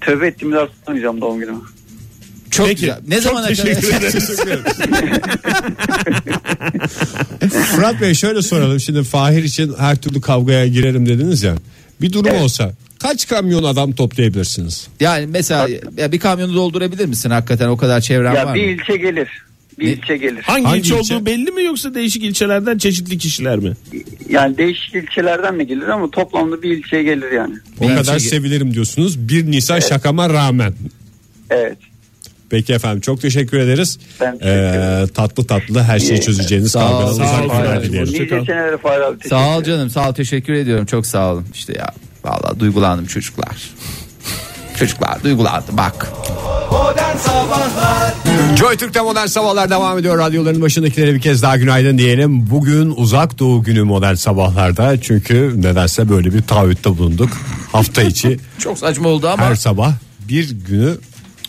Speaker 8: Tövbe ettim bir daha kutlamayacağım doğum günümü.
Speaker 7: Çok
Speaker 2: Peki,
Speaker 7: güzel. Ne
Speaker 2: çok
Speaker 7: zamana
Speaker 2: teşekkür
Speaker 7: kadar?
Speaker 2: ederim.
Speaker 1: Fırat Bey şöyle soralım. Şimdi Fahir için her türlü kavgaya girerim dediniz ya. Bir durum olsa kaç kamyon adam toplayabilirsiniz?
Speaker 7: Yani mesela ya bir kamyonu doldurabilir misin hakikaten o kadar çevren
Speaker 8: ya
Speaker 7: var
Speaker 8: bir
Speaker 7: mı?
Speaker 8: ilçe gelir. Bir
Speaker 7: Ne?
Speaker 8: ilçe gelir.
Speaker 2: Hangi,
Speaker 1: Hangi
Speaker 2: ilçe,
Speaker 1: ilçe?
Speaker 2: olduğu belli mi yoksa değişik ilçelerden çeşitli kişiler mi?
Speaker 8: Yani değişik ilçelerden de gelir ama toplamda bir ilçeye gelir yani.
Speaker 1: O
Speaker 7: Bir
Speaker 1: kadar
Speaker 7: şey-
Speaker 1: sevilirim diyorsunuz. 1 Nisan şakama rağmen.
Speaker 8: Evet.
Speaker 1: Peki efendim çok teşekkür ederiz. Ee,
Speaker 8: Ben teşekkür ederim.
Speaker 1: tatlı tatlı her şeyi çözeceğiniz
Speaker 7: Sağ ol,
Speaker 1: kavganın
Speaker 7: sağ ol
Speaker 1: uzaklarına
Speaker 7: Fahir.
Speaker 1: dilerim.
Speaker 2: Hoşça kal.
Speaker 8: Nice senelere Fahri abi. teşekkür
Speaker 7: Sağ ol canım sağ ol teşekkür ediyorum çok sağ olun. İşte ya vallahi duygulandım çocuklar. çocuklar duygulandım bak.
Speaker 4: Modern Sabahlar
Speaker 1: Joy Türk'te modern sabahlar devam ediyor. Radyoların başındakilere bir kez daha günaydın diyelim. Bugün uzak doğu günü modern sabahlarda. Çünkü nedense böyle bir taahhütte bulunduk. Hafta içi
Speaker 3: Çok saçma oldu ama
Speaker 2: şey
Speaker 1: her sabah bir günü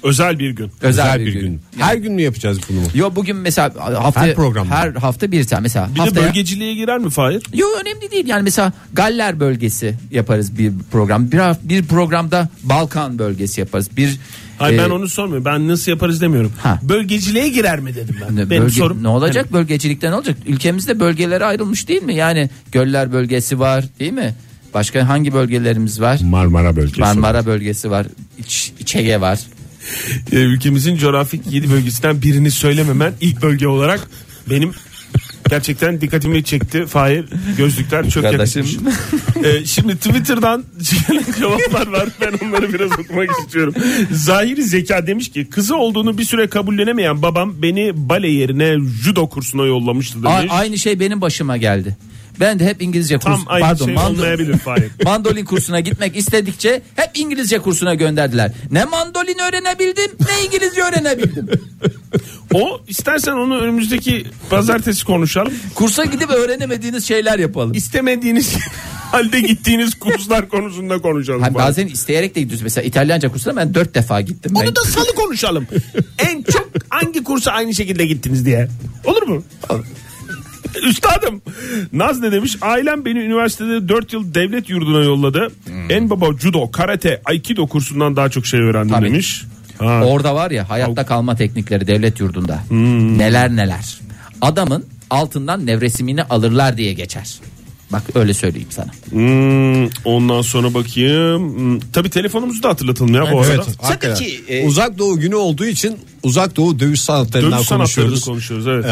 Speaker 2: Özel bir gün.
Speaker 1: özel, bir gün. Her gün mü yapacağız bunu?
Speaker 3: Yo bugün mesela hafta
Speaker 1: Her programda.
Speaker 3: her hafta bir tane mesela
Speaker 2: Bir de
Speaker 3: haftaya-
Speaker 2: bölgeciliğe girer mi Fahir?
Speaker 3: Yo önemli değil yani mesela Galler bölgesi yaparız bir program. Bir, haf- bir programda Balkan bölgesi yaparız. Bir
Speaker 2: Hayır
Speaker 7: Ee,
Speaker 3: e,
Speaker 2: ben onu sormuyorum. Ben nasıl yaparız demiyorum.
Speaker 3: Ha.
Speaker 2: Bölgeciliğe girer mi dedim ben.
Speaker 3: ne-
Speaker 2: Benim
Speaker 3: bölge-
Speaker 2: sorum.
Speaker 3: ne olacak bölgecilikten ne olacak? Ülkemizde bölgelere ayrılmış değil mi? Yani göller bölgesi var değil mi? Başka hangi bölgelerimiz var?
Speaker 1: Marmara bölgesi.
Speaker 3: Marmara bölgesi var. İç, İçege var.
Speaker 2: Hani, e, ülkemizin coğrafik 7 bölgesinden birini söylememen ilk bölge olarak benim gerçekten dikkatimi çekti. Fahir gözlükler çok
Speaker 3: Kardeşim.
Speaker 2: yakışmış. E, şimdi Twitter'dan gelen cevaplar var. Ben onları biraz okumak istiyorum. Zahiri Zeka demiş ki kızı olduğunu bir süre kabullenemeyen babam beni bale yerine judo kursuna yollamıştı demiş.
Speaker 3: A- aynı şey benim başıma geldi. Ben de hep İngilizce
Speaker 2: Tam
Speaker 3: kursu
Speaker 2: aynı
Speaker 3: pardon
Speaker 2: şey
Speaker 3: mando-
Speaker 2: olmayabilir Fahir.
Speaker 3: mandolin kursuna gitmek istedikçe hep İngilizce kursuna gönderdiler. Ne mandolin öğrenebildim ne İngilizce öğrenebildim.
Speaker 2: O istersen onu önümüzdeki pazartesi konuşalım.
Speaker 3: Kursa gidip öğrenemediğiniz şeyler yapalım.
Speaker 2: İstemediğiniz halde gittiğiniz kurslar konusunda konuşalım.
Speaker 3: Hani bazen isteyerek de gidiyoruz. Mesela İtalyanca kursuna ben dört defa gittim. Ben-
Speaker 2: Bunu da salı konuşalım. en çok hangi kursa aynı şekilde gittiniz diye. Olur mu? Üstadım Naz ne demiş? Ailem beni üniversitede 4 yıl devlet yurduna yolladı. En baba judo, karate, aikido kursundan daha çok şey öğrendim
Speaker 3: Tabii.
Speaker 2: demiş. Ha.
Speaker 3: Orada var ya hayatta kalma teknikleri devlet yurdunda. Neler neler. Adamın altından nevresimini alırlar diye geçer. Bak öyle söyleyeyim sana.
Speaker 2: Hmm, ondan sonra bakayım. Hmm, tabii telefonumuzu da hatırlatalım ya bu arada.
Speaker 1: Evet, hakikaten. Uzak Doğu günü olduğu için Uzak Doğu dövüş sanatlarından
Speaker 2: Dövüş sanatlarını
Speaker 1: konuşuyoruz.
Speaker 2: konuşuyoruz evet.
Speaker 1: Ee,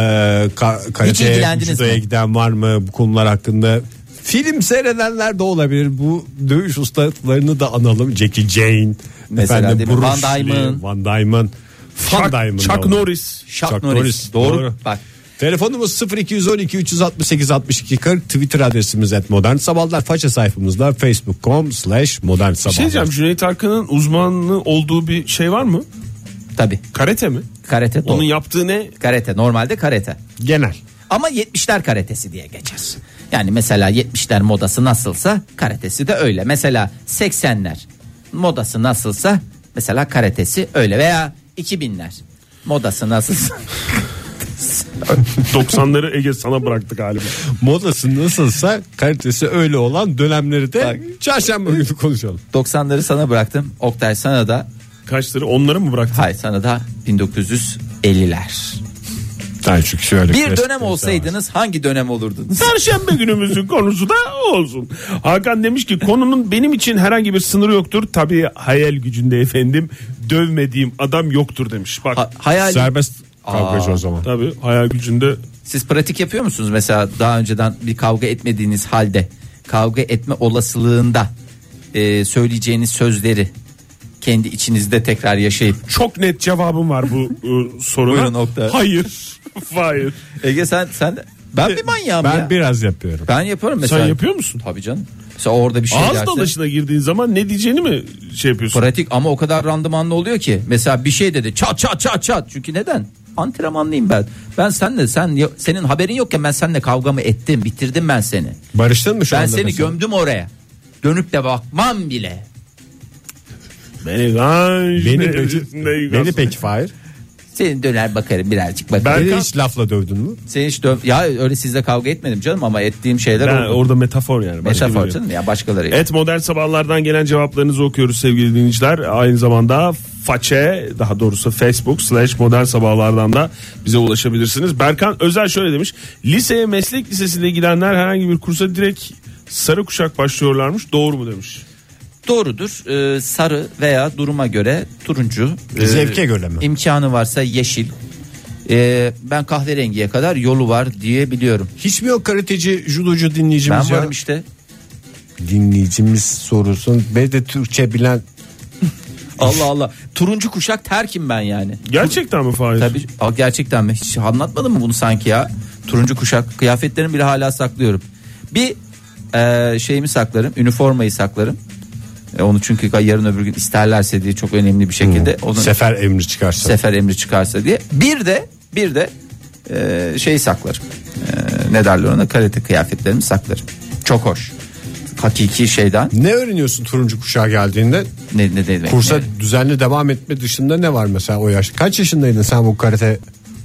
Speaker 1: ka- karate,
Speaker 3: ilgilendiniz
Speaker 1: judoya
Speaker 3: mi?
Speaker 1: giden var mı bu konular hakkında? Film seyredenler de olabilir. Bu dövüş ustalarını da analım. Jackie Jane,
Speaker 3: Mesela
Speaker 1: efendim,
Speaker 3: değil mi?
Speaker 1: Bruce
Speaker 3: Van
Speaker 1: Lee,
Speaker 3: Diamond.
Speaker 1: Van Diamond, Van Diamond.
Speaker 2: Chuck, Chuck
Speaker 1: da olur.
Speaker 2: Norris.
Speaker 3: Chuck,
Speaker 1: Chuck
Speaker 3: Norris.
Speaker 1: Norris,
Speaker 3: Doğru.
Speaker 1: doğru.
Speaker 3: Bak
Speaker 1: Telefonumuz 0212 368 62 40 Twitter adresimiz @modernsabahlar. modern sabahlar faça sayfamızda facebook.com slash modern
Speaker 2: Bir şey diyeceğim Cüneyt Arkın'ın uzmanlığı olduğu bir şey var mı?
Speaker 3: tabi.
Speaker 2: Karate mi?
Speaker 3: Karate doğru.
Speaker 2: Onun yaptığı ne?
Speaker 3: karate normalde karate.
Speaker 1: genel
Speaker 3: Ama 70'ler karatesi diye geçer. Yani mesela 70'ler modası nasılsa karatesi de öyle. Mesela 80'ler modası nasılsa mesela karatesi öyle veya 2000'ler modası nasılsa.
Speaker 2: 90'ları Ege sana bıraktı galiba.
Speaker 1: modası nasılsa kalitesi öyle olan dönemleri de çarşamba günü konuşalım.
Speaker 3: 90'ları sana bıraktım. Oktay sana da
Speaker 2: Kaçları onları mı bıraktı?
Speaker 3: hayır sana da 1950'ler.
Speaker 1: Tamam çünkü şöyle
Speaker 3: Bir dönem olsaydınız hangi dönem olurdunuz?
Speaker 2: Perşembe günümüzün konusu da o olsun. Hakan demiş ki konunun benim için herhangi bir sınırı yoktur. Tabii hayal gücünde efendim dövmediğim adam yoktur demiş. Bak
Speaker 3: Ha- hayal
Speaker 1: Serbest kavgacı o zaman.
Speaker 2: tabii hayal gücünde
Speaker 3: Siz pratik yapıyor musunuz mesela daha önceden bir kavga etmediğiniz halde kavga etme olasılığında e, söyleyeceğiniz sözleri kendi içinizde tekrar yaşayıp
Speaker 2: çok net cevabım var bu e, soruna.
Speaker 3: Buyurun Oktay.
Speaker 2: Hayır. Hayır.
Speaker 3: Ege sen sen de- ben bir manyağım
Speaker 1: Ben
Speaker 3: ya.
Speaker 1: biraz yapıyorum.
Speaker 3: Ben yaparım
Speaker 2: Sen
Speaker 3: mesela.
Speaker 2: yapıyor musun?
Speaker 3: Tabii canım. Mesela orada bir şey
Speaker 2: Ağız
Speaker 3: derse-
Speaker 2: dalaşına girdiğin zaman ne diyeceğini mi şey yapıyorsun?
Speaker 3: pratik ama o kadar randımanlı oluyor ki mesela bir şey dedi çat çat çat çat çünkü neden? Antrenmanlıyım ben. Ben senle sen senin haberin yokken ben seninle kavgamı ettim, bitirdim ben seni.
Speaker 1: Barıştın mı şu
Speaker 3: Ben
Speaker 1: anda
Speaker 3: seni
Speaker 1: mesela?
Speaker 3: gömdüm oraya. Dönüp de bakmam bile.
Speaker 2: Beni ganj.
Speaker 1: Beni
Speaker 2: ne-
Speaker 1: peki,
Speaker 2: ne-
Speaker 1: beni peki Fahir.
Speaker 3: Seni döner bakarım birazcık bakarım.
Speaker 2: Ben-
Speaker 1: Beni hiç lafla dövdün mü?
Speaker 3: Seni hiç döv- ya öyle sizle kavga etmedim canım ama ettiğim şeyler
Speaker 2: Ben
Speaker 3: oldu.
Speaker 2: orada metafor yani. başka
Speaker 3: Meşaf
Speaker 2: bir
Speaker 3: var
Speaker 2: şey.
Speaker 3: canım ya başkaları.
Speaker 2: Evet modern sabahlardan gelen cevaplarınızı okuyoruz sevgili dinleyiciler. Aynı zamanda façe daha doğrusu Facebook slash modern sabahlardan da bize ulaşabilirsiniz. Berkan Özel şöyle demiş. Liseye meslek lisesinde gidenler herhangi bir kursa direkt sarı kuşak başlıyorlarmış. Doğru mu demiş.
Speaker 3: Doğrudur Ee, sarı veya duruma göre turuncu. Ee,
Speaker 1: Zevke göre mi?
Speaker 3: İmkanı varsa yeşil. Ee, ben kahverengiye kadar yolu var diye biliyorum.
Speaker 1: Hiç mi yok karateci, judocu
Speaker 3: Ben
Speaker 1: dinleyicimiz ya?
Speaker 3: varım işte.
Speaker 1: Dinleyicimiz sorusun. Ve de Türkçe bilen
Speaker 3: Allah Allah. Turuncu kuşak terkim ben yani.
Speaker 2: Gerçekten mi Fahir?
Speaker 3: Tabii Aa, gerçekten mi? Hiç anlatmadım mı bunu sanki ya? Turuncu kuşak kıyafetlerimi bile hala saklıyorum. Bir e, şeyimi saklarım, üniformayı saklarım. E, onu çünkü yarın öbür gün isterlerse diye çok önemli bir şekilde onu
Speaker 1: Hmm. Sefer emri çıkarsa.
Speaker 3: sefer emri çıkarsa diye. Bir de bir de e, şey saklarım. E, ne derler ona? Karate kıyafetlerimi saklarım. Çok hoş. Hakiki şeyden
Speaker 1: ne öğreniyorsun turuncu kuşağa geldiğinde?
Speaker 3: ne ne ne demek?
Speaker 1: Kursa
Speaker 3: Ne?
Speaker 1: düzenli devam etme dışında ne var mesela o yaş? Kaç yaşındaydın sen bu karate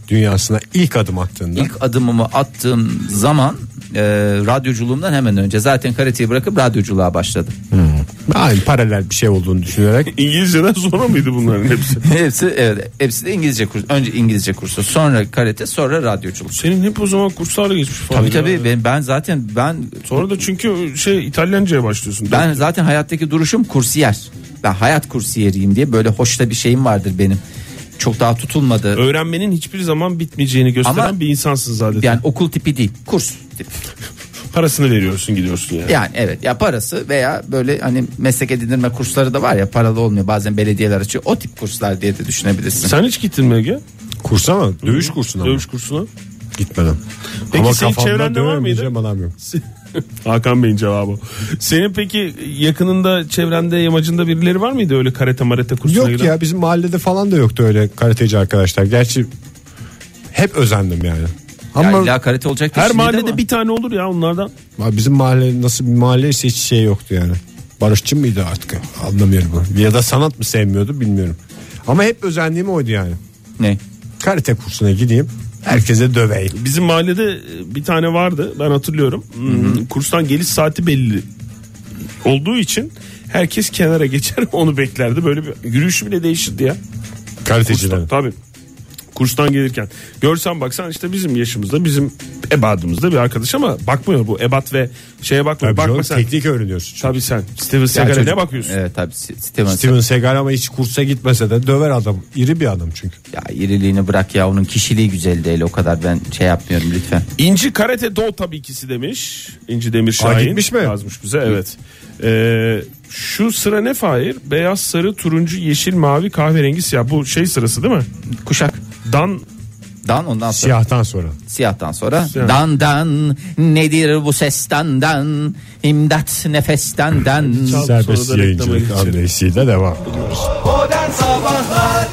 Speaker 1: dünyasına ilk adım attığında?
Speaker 3: İlk adımımı attığım zaman e, radyoculuğumdan hemen önce zaten karateyi bırakıp radyoculuğa başladım.
Speaker 1: Aynı paralel bir şey olduğunu düşünerek.
Speaker 2: İngilizceden sonra mıydı bunların hepsi?
Speaker 3: hepsi evet, hepsi de İngilizce kursu. Önce İngilizce kursu, sonra karate, sonra radyoculuk.
Speaker 2: Senin hep o zaman kurslarla geçmiş falan.
Speaker 3: Tabii
Speaker 2: ya.
Speaker 3: tabii ben, ben zaten ben
Speaker 2: Sonra da çünkü şey İtalyanca'ya başlıyorsun.
Speaker 3: Ben zaten hayattaki duruşum kursiyer. Ben hayat kursiyeriyim diye böyle hoşta bir şeyim vardır benim. Çok daha tutulmadı.
Speaker 2: Öğrenmenin hiçbir zaman bitmeyeceğini gösteren
Speaker 3: Ama-
Speaker 2: bir insansın zaten.
Speaker 3: Yani okul tipi değil, kurs tipi.
Speaker 2: Parasını veriyorsun gidiyorsun yani.
Speaker 3: Yani evet ya parası veya böyle hani meslek edinirme kursları da var ya paralı olmuyor bazen belediyeler açıyor. O tip kurslar diye de düşünebilirsin.
Speaker 2: Sen hiç gittin mi Ege?
Speaker 1: Kursa mı? Dövüş kursuna mı?
Speaker 2: Dövüş kursuna.
Speaker 1: Gitmedim.
Speaker 2: Peki
Speaker 1: Ama
Speaker 2: senin
Speaker 1: kafamda
Speaker 2: çevrende var mıydı?
Speaker 1: dövemeyeceğim adam yok.
Speaker 2: Hakan Bey'in cevabı. Senin peki yakınında, çevrende, yamacında birileri var mıydı öyle karate marate kursuna
Speaker 1: Yok
Speaker 2: giden?
Speaker 1: ya bizim mahallede falan da yoktu öyle karateci arkadaşlar. Gerçi hep özendim yani.
Speaker 3: Ya
Speaker 1: Ama
Speaker 3: illa karate olacak diye
Speaker 2: Her
Speaker 3: şimdi de
Speaker 2: mahallede
Speaker 3: ama.
Speaker 2: bir tane olur ya onlardan.
Speaker 1: bizim mahalle nasıl bir mahalleyse hiç şey yoktu yani. Barışçı mıydı artık anlamıyorum. ben. Ya da sanat mı sevmiyordu bilmiyorum. Ama hep özendiğim oydu yani.
Speaker 3: ne?
Speaker 1: Karate kursuna gideyim herkese döveyim.
Speaker 2: Bizim mahallede e, bir tane vardı ben hatırlıyorum. Hmm, Kurstan geliş saati belli olduğu için herkes kenara geçer onu beklerdi. Böyle bir yürüyüşü bile değişirdi ya.
Speaker 1: Karatecilerin.
Speaker 2: Kurstan, tabii. Kurstan gelirken. Görsen baksan işte bizim yaşımızda bizim ebadımızda bir arkadaş ama bakmıyor bu ebat ve şeye bakmıyor.
Speaker 1: Tabii
Speaker 2: Bakma
Speaker 1: canım,
Speaker 2: sen.
Speaker 1: teknik öğreniyorsun. çünkü.
Speaker 2: Tabii sen Steven
Speaker 3: Ya
Speaker 2: Seagal'e
Speaker 3: çocuk-
Speaker 2: ne bakıyorsun?
Speaker 3: Evet tabii Steven.
Speaker 1: Steven Seagal ama hiç kursa gitmese de döver adam. İri bir adam çünkü.
Speaker 3: Ya iriliğini bırak ya onun kişiliği güzel değil o kadar ben şey yapmıyorum lütfen.
Speaker 2: İnci Karate Do tabii ikisi demiş. İnci Demir
Speaker 1: Aa,
Speaker 2: Şahin
Speaker 1: gitmiş mi?
Speaker 2: yazmış bize evet. Ee, şu sıra ne Fahir? Beyaz, sarı, turuncu, yeşil, mavi, kahverengi, siyah. Bu şey sırası değil mi?
Speaker 3: Kuşak.
Speaker 2: Dan
Speaker 3: Dan ondan sonra.
Speaker 1: Siyahtan sonra.
Speaker 3: Siyahtan sonra
Speaker 2: Siyah.
Speaker 3: dan dan nedir bu sesten dan imdat nefesten dan E
Speaker 1: Serbest
Speaker 2: sonra da reklama
Speaker 1: yayıncılık
Speaker 2: geçelim.
Speaker 1: anlayışıyla devam ediyoruz.
Speaker 4: Modern Sabahlar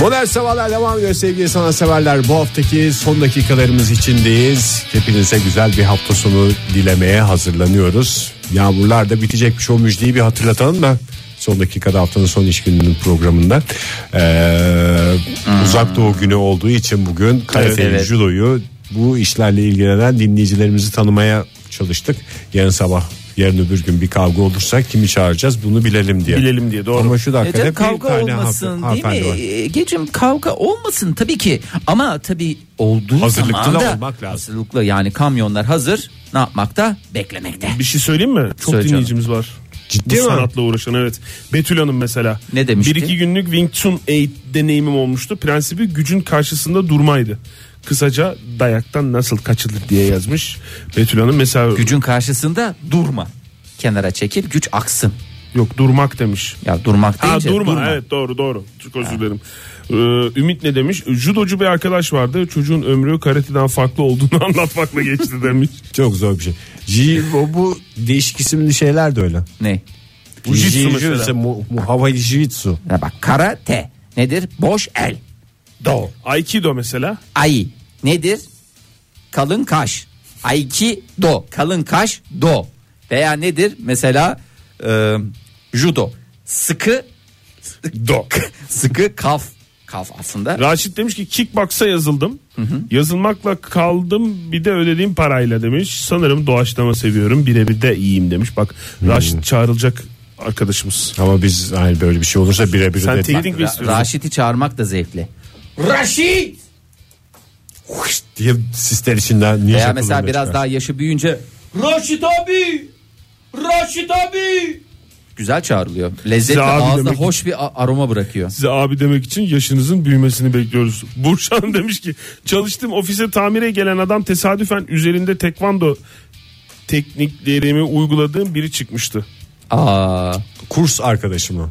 Speaker 1: Modern Sabahlar devam ediyor sevgili sanatseverler. Bu haftaki son dakikalarımız içindeyiz. Hepinize güzel bir hafta sonu dilemeye hazırlanıyoruz. Yağmurlar da bitecekmiş o müjdeyi bir hatırlatalım da. Son dakikada haftanın son iş gününün programında. Ee, Uzak Doğu günü olduğu için bugün Karate
Speaker 3: Hmm. evet.
Speaker 1: Judo'yu bu işlerle ilgilenen dinleyicilerimizi tanımaya çalıştık. Yarın sabah yarın öbür gün bir kavga olursa kimi çağıracağız bunu bilelim diye.
Speaker 2: bilelim diye doğru.
Speaker 1: Ama şu dakikada
Speaker 3: Ece
Speaker 1: bir
Speaker 3: E kavga
Speaker 1: tane
Speaker 3: olmasın
Speaker 1: hanımefe-
Speaker 3: değil
Speaker 1: hanımefendi var.
Speaker 3: mi? Egecim kavga olmasın tabii ki ama tabii olduğu
Speaker 1: Hazırlıklı da
Speaker 3: zaman da
Speaker 1: olmak lazım.
Speaker 3: hazırlıklı yani kamyonlar hazır ne yapmakta beklemekte.
Speaker 2: Bir şey söyleyeyim mi? Çok
Speaker 3: Söyle
Speaker 2: dinleyicimiz var.
Speaker 1: Ciddi
Speaker 2: Bu
Speaker 1: mi?
Speaker 2: sanatla uğraşan evet. Betül Hanım mesela.
Speaker 3: Ne demişti?
Speaker 2: Bir iki günlük Wing Chun eğit deneyimim olmuştu. Prensibi gücün karşısında durmaydı. Kısaca dayaktan nasıl kaçılır diye yazmış. Betül Hanım mesela
Speaker 3: Gücün karşısında durma kenara çekil güç aksın
Speaker 2: yok durmak demiş.
Speaker 3: ya durmak
Speaker 2: Ha
Speaker 3: deyince
Speaker 2: durma. evet doğru doğru. Çok özür dilerim. Ee, Ümit ne demiş? Judocu bir arkadaş vardı. Çocuğun ömrü karateden farklı olduğunu anlatmakla geçti demiş.
Speaker 1: Çok zor bir şey. Jiu- o bu değişik isimli şeyler de öyle.
Speaker 3: ne
Speaker 1: Bu
Speaker 2: Jiu-jitsu mesela.
Speaker 1: ise mu, mu, havai jitsu.
Speaker 3: Ya bak karate nedir boş el do
Speaker 2: Aikido mesela.
Speaker 3: Ay nedir? Kalın kaş. Ayki do. Kalın kaş do. Veya nedir? Mesela e, judo. Sıkı do. Sıkı kaf. Kaf aslında.
Speaker 2: Raşit demiş ki kickbox'a yazıldım. Yazılmakla kaldım bir de ödediğim parayla demiş. Sanırım doğaçlama seviyorum. Birebir de iyiyim demiş. Bak Raşit çağrılacak arkadaşımız.
Speaker 1: Ama biz hani böyle bir şey olursa birebir
Speaker 2: Sen
Speaker 1: de
Speaker 2: teknik mi
Speaker 3: Ra-
Speaker 2: istiyorsun?
Speaker 3: Raşit'i çağırmak da zevkli.
Speaker 1: Huş diye sisler içinden niye
Speaker 3: Veya mesela biraz daha yaşı büyüyünce Raşit abi! Raşit abi! Güzel çağrılıyor. Lezzetli
Speaker 2: Size abi
Speaker 3: ağızda
Speaker 2: demek-
Speaker 3: hoş bir a- aroma bırakıyor.
Speaker 2: Size abi demek için yaşınızın büyümesini bekliyoruz. Burçan demiş ki çalıştığım ofise tamire gelen adam tesadüfen üzerinde tekvando tekniklerimi uyguladığım biri çıkmıştı.
Speaker 3: Aa,
Speaker 1: kurs arkadaşımı.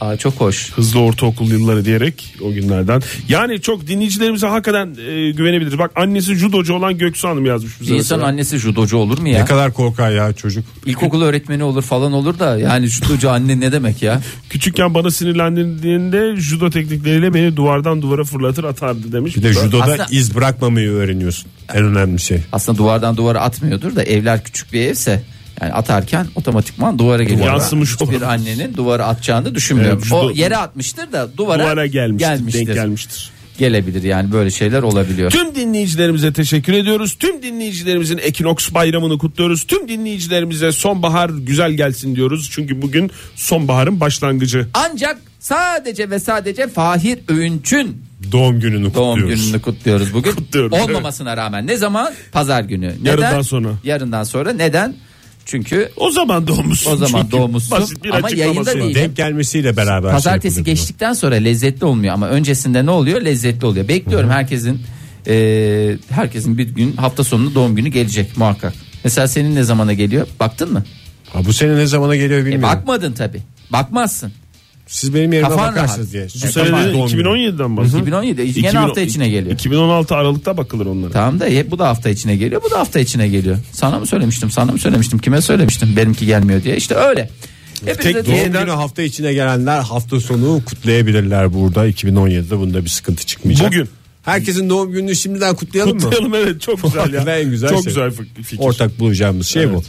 Speaker 3: Aa, çok hoş.
Speaker 2: Hızlı ortaokul yılları diyerek o günlerden. Yani çok dinleyicilerimize hakikaten e, güvenebiliriz. Bak annesi judocu olan Göksu Hanım yazmış bize.
Speaker 3: Bir insan
Speaker 2: mesela.
Speaker 3: annesi judocu olur mu
Speaker 1: Ne
Speaker 3: ya?
Speaker 1: kadar korkar ya çocuk.
Speaker 3: İlkokul öğretmeni olur falan olur da yani judocu anne ne demek ya?
Speaker 2: Küçükken bana sinirlendiğinde judo teknikleriyle beni duvardan duvara fırlatır atardı demiş.
Speaker 1: Bir de judoda
Speaker 3: Aslında-
Speaker 1: iz bırakmamayı öğreniyorsun. En önemli şey.
Speaker 3: Aslında duvardan duvara atmıyordur da evler küçük bir evse yani atarken otomatikman duvara geliyor.
Speaker 2: Yansımış
Speaker 3: bir
Speaker 2: olan.
Speaker 3: annenin duvara atacağını düşünmüyorum.
Speaker 2: Evet, judo-
Speaker 3: o yere atmıştır da duvara,
Speaker 2: duvara gelmiştir,
Speaker 3: gelmiştir.
Speaker 2: denk gelmiştir.
Speaker 3: Gelebilir yani böyle şeyler olabiliyor.
Speaker 2: Tüm dinleyicilerimize teşekkür ediyoruz. Tüm dinleyicilerimizin Ekinoks bayramını kutluyoruz. Tüm dinleyicilerimize sonbahar güzel gelsin diyoruz. Çünkü bugün sonbaharın başlangıcı.
Speaker 3: Ancak sadece ve sadece Fahir Öğünç'ün
Speaker 1: Doğum gününü
Speaker 3: doğum
Speaker 1: kutluyoruz.
Speaker 3: gününü kutluyoruz bugün.
Speaker 2: Kutluyoruz,
Speaker 3: Olmamasına rağmen ne zaman? Pazar günü. Neden?
Speaker 2: Yarından sonra.
Speaker 3: Yarından sonra neden? Çünkü
Speaker 2: O zaman doğmuşsun.
Speaker 3: O zaman
Speaker 2: Çünkü
Speaker 3: doğmuşsun
Speaker 2: basit bir
Speaker 3: ama
Speaker 2: açıklaması
Speaker 3: yayında
Speaker 2: var.
Speaker 3: değil.
Speaker 1: Denk gelmesiyle beraber. şey
Speaker 3: Pazartesi
Speaker 1: yapılıyor.
Speaker 3: geçtikten sonra lezzetli olmuyor ama öncesinde ne oluyor? Lezzetli oluyor. Bekliyorum herkesin e, herkesin bir gün hafta sonunda doğum günü gelecek muhakkak. Mesela senin ne zamana geliyor? Baktın mı?
Speaker 1: Ha, bu sene ne zamana geliyor
Speaker 3: E,
Speaker 1: bilmiyorum.
Speaker 3: bakmadın tabi. Bakmazsın.
Speaker 1: Siz benim yerime
Speaker 3: Kafan
Speaker 1: bakarsınız
Speaker 3: rahat.
Speaker 1: diye.
Speaker 2: Bu
Speaker 1: Süper
Speaker 2: sene
Speaker 1: doğum
Speaker 2: de
Speaker 1: günü.
Speaker 2: 2017'den bahsediyor.
Speaker 3: 2017 yeni
Speaker 2: 2010
Speaker 3: hafta içine geliyor.
Speaker 2: 2016 Aralık'ta bakılır onlara.
Speaker 3: Tamam da hep bu da hafta içine geliyor. Bu da hafta içine geliyor. Sana mı söylemiştim? Sana mı söylemiştim? Kime söylemiştim? Benimki gelmiyor diye. İşte öyle.
Speaker 1: Tek
Speaker 3: Hepinize
Speaker 1: doğum
Speaker 3: diyelim.
Speaker 1: günü hafta içine gelenler hafta sonu kutlayabilirler burada. 2017'de bunda bir sıkıntı çıkmayacak.
Speaker 2: Bugün.
Speaker 1: Herkesin doğum gününü şimdiden kutlayalım mı?
Speaker 2: Kutlayalım evet çok güzel ya.
Speaker 1: en güzel
Speaker 2: çok
Speaker 1: şey.
Speaker 2: güzel fik- fikir.
Speaker 1: Ortak bulacağımız şey bu.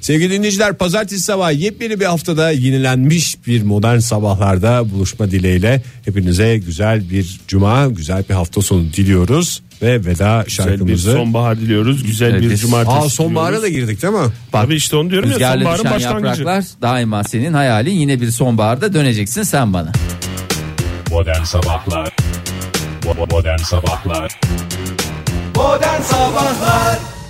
Speaker 1: Sevgili dinleyiciler pazartesi sabahı yepyeni bir haftada yenilenmiş bir modern sabahlarda buluşma dileğiyle hepinize güzel bir cuma, güzel bir hafta sonu diliyoruz ve veda
Speaker 2: güzel bir
Speaker 1: şarkımızı.
Speaker 2: sonbahar diliyoruz. Güzel
Speaker 3: Evet,
Speaker 2: bir
Speaker 3: biz-
Speaker 2: cumartesi
Speaker 1: Aa sonbahara da
Speaker 2: diliyoruz.
Speaker 1: girdik değil mi?
Speaker 2: Abi işte onu diyorum ya
Speaker 3: Rüzgarla
Speaker 2: sonbaharın
Speaker 3: düşen
Speaker 2: başlangıcı.
Speaker 3: yapraklar daima senin hayalin yine bir sonbaharda döneceksin sen bana.
Speaker 9: Modern Sabahlar Bo- Modern Sabahlar
Speaker 4: Modern Sabahlar